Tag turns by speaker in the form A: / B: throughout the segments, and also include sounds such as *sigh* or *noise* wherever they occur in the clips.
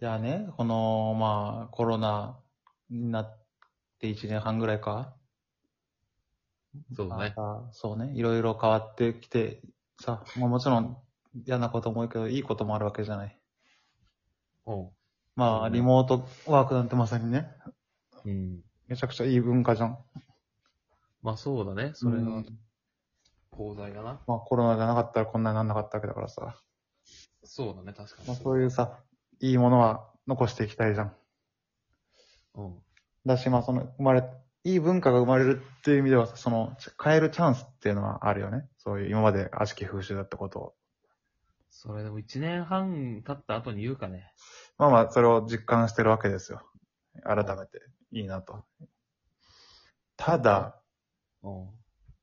A: じゃあね、この、まあ、コロナになって1年半ぐらいか。
B: そうだね。
A: またそうね、いろいろ変わってきて、さ、まあ、もちろん嫌なことも多いけど、いいこともあるわけじゃない。
B: うん。
A: まあ、
B: うん
A: リモートワークなんてまさにね、
B: うん。
A: めちゃくちゃいい文化じゃん。
B: まあそうだね。それ
A: う
B: が
A: ん、
B: 功罪だな。
A: まあ、コロナじゃなかったらこんなになんなかったわけだからさ。
B: そうだね、確かに。
A: まあ、そういうさ、いいものは残していきたいじゃん。
B: うん。
A: だし、まあ、その、生まれ、いい文化が生まれるっていう意味ではさ、その、ち変えるチャンスっていうのはあるよね。そういう、今まで悪しき風習だったことを。
B: それでも一年半経った後に言うかね。
A: まあまあ、それを実感してるわけですよ。改めて、いいなと。ただ、
B: うん。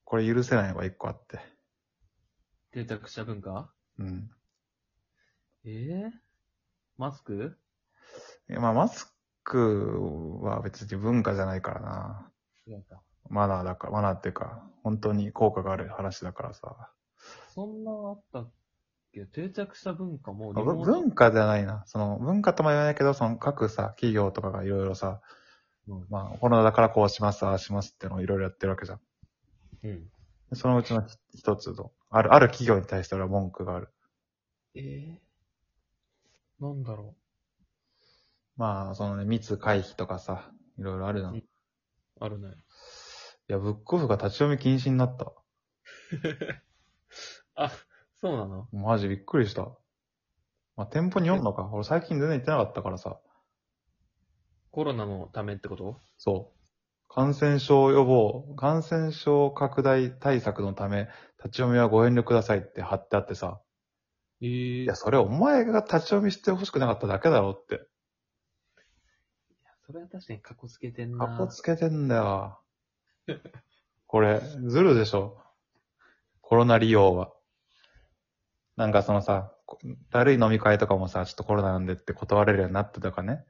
A: これ許せないのが一個あって。
B: 定着した文化
A: うん。
B: ええマスク
A: いやまあ、マスクは別に文化じゃないからな。
B: 違うか。
A: マナーだから、マナーっていうか、本当に効果がある話だからさ。
B: そんなのあったっけ定着した文化もう
A: まあぶ文化じゃないな。その、文化とも言わないけど、その各さ、企業とかがいろいろさ、
B: うん
A: まあ、コロナだからこうします、ああしますっていうのをいろいろやってるわけじゃん。
B: うん。
A: でそのうちの一つの、ある、ある企業に対して俺は文句がある。
B: ええなんだろ
A: まあ、そのね、密回避とかさ、いろいろあるな。
B: うん
A: い
B: あるね。
A: や、ブックオフが立ち読み禁止になった。
B: あ、そうなの
A: マジびっくりした。まあ、店舗に読んのか。俺最近全然行ってなかったからさ。
B: コロナのためってこと
A: そう。感染症予防、感染症拡大対策のため、立ち読みはご遠慮くださいって貼ってあってさ。
B: ええ
A: いや、それお前が立ち読みしてほしくなかっただけだろって。
B: それは確かにカッコつけてんな。
A: カッコつけてんだよ。これ、ずるでしょ。コロナ利用は。なんかそのさ、こだるい飲み会とかもさ、ちょっとコロナなんでって断れるようになったとかね、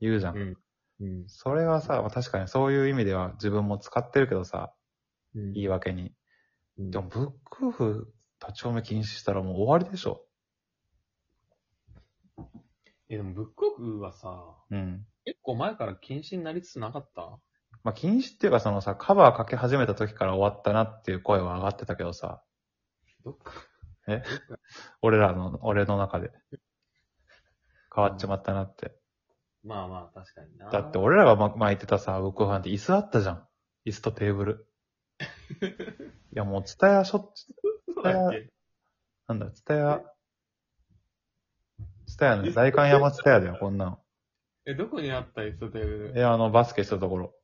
A: 言うじゃん。
B: うん。うん。
A: それはさ、まあ確かにそういう意味では自分も使ってるけどさ、
B: うん
A: 言い訳に。
B: うん
A: でも、ブックオフ立ち読み禁止したらもう終わりでしょ。
B: え、でもブックオフはさ、
A: うん。
B: 結構前から禁止になりつつなかった
A: まあ、禁止っていうかそのさ、カバーかけ始めた時から終わったなっていう声は上がってたけどさ、
B: どっか。
A: 俺らの、俺の中で。変わっちまったなって。
B: まあまあ、確かにな。
A: だって俺らがま巻いてたさ、ウッコファンって椅子あったじゃん。椅子とテーブ
B: *laughs*
A: ル。いやもう、ツタヤしょっちゅう、
B: そうだっけ
A: なんだ、ツタヤ、ツタヤの大観山ツタヤだよ、こんな
B: え、どこにあった椅子テーブ
A: の。い
B: ル
A: や、あの、バスケしたところ。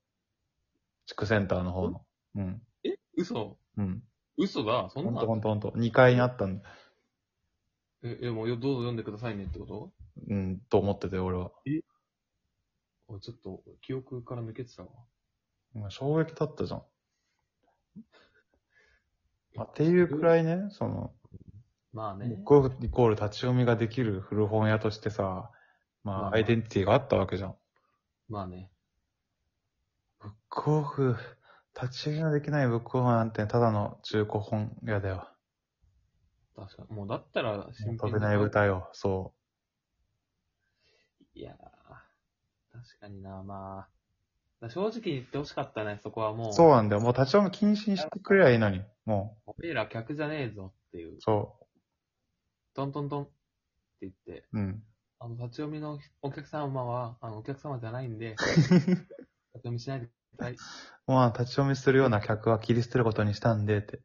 A: 地区センターの方の。うん。
B: 嘘
A: うん。
B: 嘘だ
A: ほ
B: そん
A: ん
B: な
A: とほ
B: の
A: んとほんと。2階にあったんだ。
B: え、え、もうよどうぞ読んでくださいねってこと
A: うん、と思ってて、俺は。
B: おいちょっと、記憶から抜けてたわ。
A: まあ衝撃だったじゃん。まあ、っていうくらいね、その、
B: まあ
A: ブッ
B: ね。
A: クオフイコール立ち読みができる古本屋としてさ、ま
B: ま
A: あ、
B: あ
A: アイデンティティがあったわけじゃん。
B: まあね。
A: ブックオフ、立ち読みができないブックオフなんてただの中古本屋だよ。
B: 確かに。もうだったら、新
A: 飛べない舞台を、そ
B: いやー、確かにな、まあ。正直に言ってほしかったね、そこはも
A: う。
B: う。
A: そう
B: う。
A: なんだよ。もう立ち読み禁止にしてくれりゃいいのに。も
B: 俺ら客じゃねえぞっていう
A: う、。そ
B: トントントンって言って。
A: う。うん。
B: あの、立ち読みのお客様は、あの、お客様じゃない
A: *laughs*
B: んで、立ち読みしないでください。
A: まあ、立ち読みするような客は切り捨てることにしたんで、って。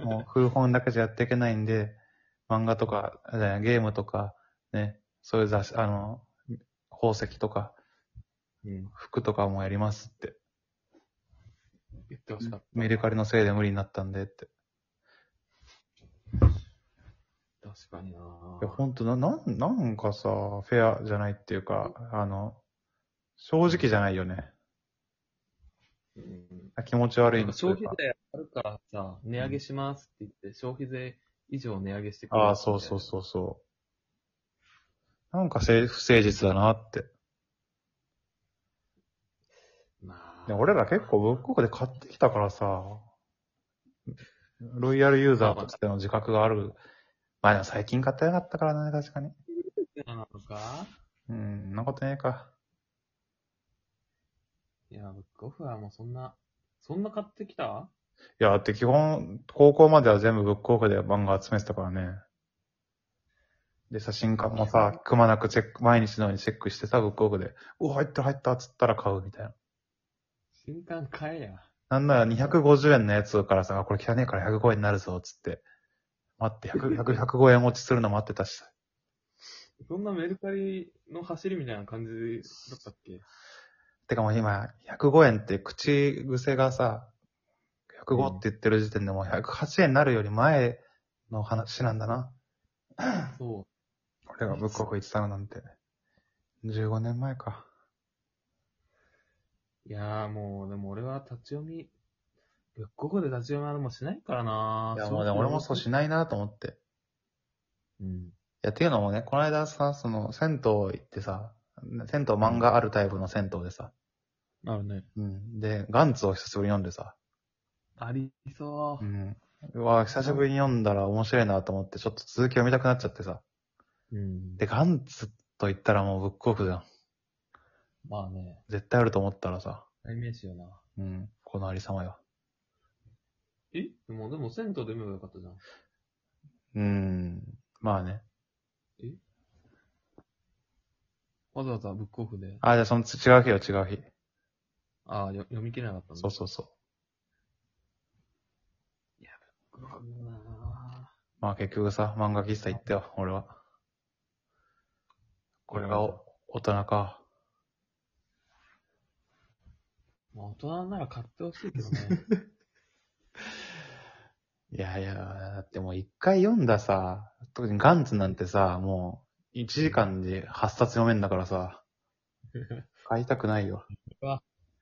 A: もう、古本だけじゃやっていけないん *laughs* で、漫画とか、あじゃないゲームとか、ね、そういう雑誌、あの、宝石とか、
B: うん。
A: 服とかもやりますって。
B: 言ってほしかった。
A: メルカリのせいで無理になったんでって。
B: 確かにない
A: や、ほんとな、なん、なんかさ、フェアじゃないっていうか、あの、正直じゃないよね。
B: うん。
A: 気持ち悪い
B: なん
A: の
B: か
A: とい
B: 消
A: う
B: 費
A: か。
B: 税あるからさ、値上げしますって言って、消費税以上値上げしてくれる。
A: ああ、そうそうそうそう。なんかせい不誠実だなって。
B: う。まあ。
A: で俺ら結構ブックオフで買ってきたからさ、ロイヤルユーザーとしての自覚がある。まあでも最近買ってなかったからね、確かに。
B: なのか
A: うん、んなことねえか。
B: いや、ゴフはもうそんな、そんな買ってきた
A: いや、だって基本、高校までは全部ブックオフで漫画集めてたからね。で、写真館もさ、くまなくチェック、毎日のようにチェックしてさ、ブックオフで、お、入った入ったっつったら買うみたいな。
B: 新刊買えや。
A: なんなら250円のやつからさ、あこれ汚ねえから105円になるぞ、つって。待って、100、100 105円落ちするの待ってたしさ。
B: そんなメルカリの走りみたいな感じだったっ
A: *laughs*
B: け
A: てかもう今、105円って口癖がさ、105って言ってる時点でもう108円になるより前の話なんだな。
B: そ
A: 俺がブックオフ行ってたのなんて。15年前か。
B: う。いやーもう、でも俺は立ち読み、ぶっここで立ち読みはでもしないからない
A: やもうね、俺もそうしないなと思って。い
B: うん。
A: や、っていうのもね、この間さ、その、銭湯行ってさ、銭湯漫画あるタイプの銭湯でさ、
B: あるね。
A: うん。で、ガンツを久しぶりに読んでさ、
B: ありそうう。
A: ん。うわ、久しぶりに読んだら面白いなと思って、ちょっと続き読みたくなっちゃってさ。
B: うん。
A: で、ガンツと言ったらもうブックオフじゃん。
B: まあね、
A: 絶対あると思ったらさ、
B: 代名詞よな。
A: うん。このありさまよ。
B: えでも、でも、銭湯で見ればよかったじゃん。
A: うん。まあね。
B: わざわざブックオフで。
A: あ、じゃあその違う日よ、違う日。
B: ああ、よ読み切れなかったんだ。
A: そうそうそう。
B: ブックオフな
A: まあ結局さ、漫画喫茶行ったよ、俺は。これがお大人か。
B: ぁまあ、大人なら買ってほしいけどね。
A: いやいや、だってもう一回読んださ、特にガンツなんてさ、もう、1時間で8冊読めんだから *laughs* さ、買いたくないよ。
B: *laughs*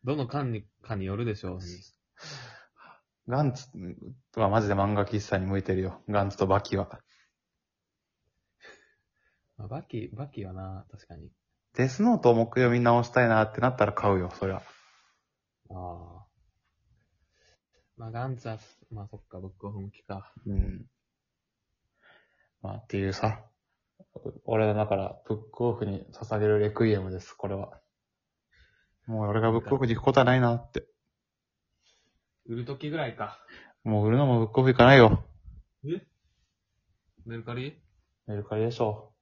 B: どの缶に、かによるでしょうし。
A: ガンツはマジで漫画喫茶に向いてるよ。ガンツとバキは。
B: まあ、バキ、バキはな、確かに。
A: デスノートを目標見直したいなってなったら買うよ、そりゃ。
B: ああ。まあ、ガンツは、まあ、そっか、ブックオフ向きか。
A: うん。まあっていうさ、俺はだから、ブックオフに捧げるレクイエムです、これは。もう俺がブックオフに行くことはないなって。
B: 売るときぐらいか。
A: もう売るのもブックオフ行かないよ。
B: メルカリ
A: メルカリでしょ。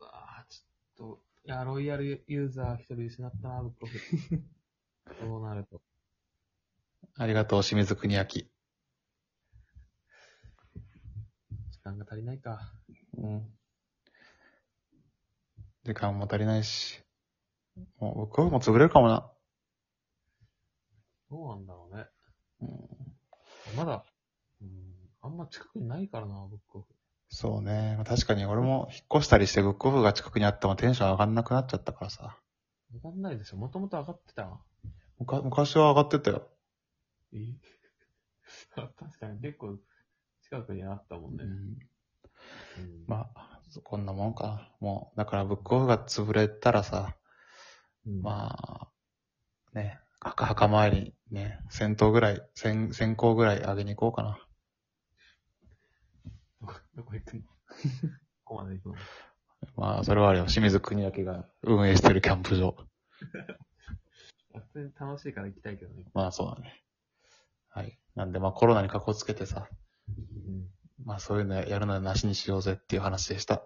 B: うわあ、ちょっと、いや、ロイヤルユーザー一人失ったな、
A: *laughs*
B: ブックオフ。そうなると。
A: ありがとう、清水国明。
B: 時間が足りないか。
A: うん。時間も足りないし。もうブックオフも潰れるかもな。
B: どうなんだろうね。
A: うん、
B: まだ、うん、あんま近くにないからな、ブックオフ。
A: そうね。まあ確かに俺も引っ越したりしてブックオフが近くにあってもテンション上がんなくなっちゃったからさ。
B: 上がんないでしょ。もともと上がってた。
A: むか昔は上がってたよ。
B: え *laughs* 確かに結構近くにあったもんね。
A: うん
B: うん
A: まあ、こんなもんかな。もう、だからブックオフが潰れたらさ、
B: うん
A: まあ、ね、赤墓周りにね、戦闘ぐらい、先先行ぐらい上げに行こうかな。
B: どこどこ
A: *laughs*
B: 行くのここまで行くの
A: まあ、それはあれよ、清水国明が運営してるキャンプ場。
B: 普通に楽しいから行きたいけどね。
A: まあ、そうだね。はい。なんで、まあ、コロナにかこつけてさ、まあ、そういうのやるのはなしにしようぜっていう話でした。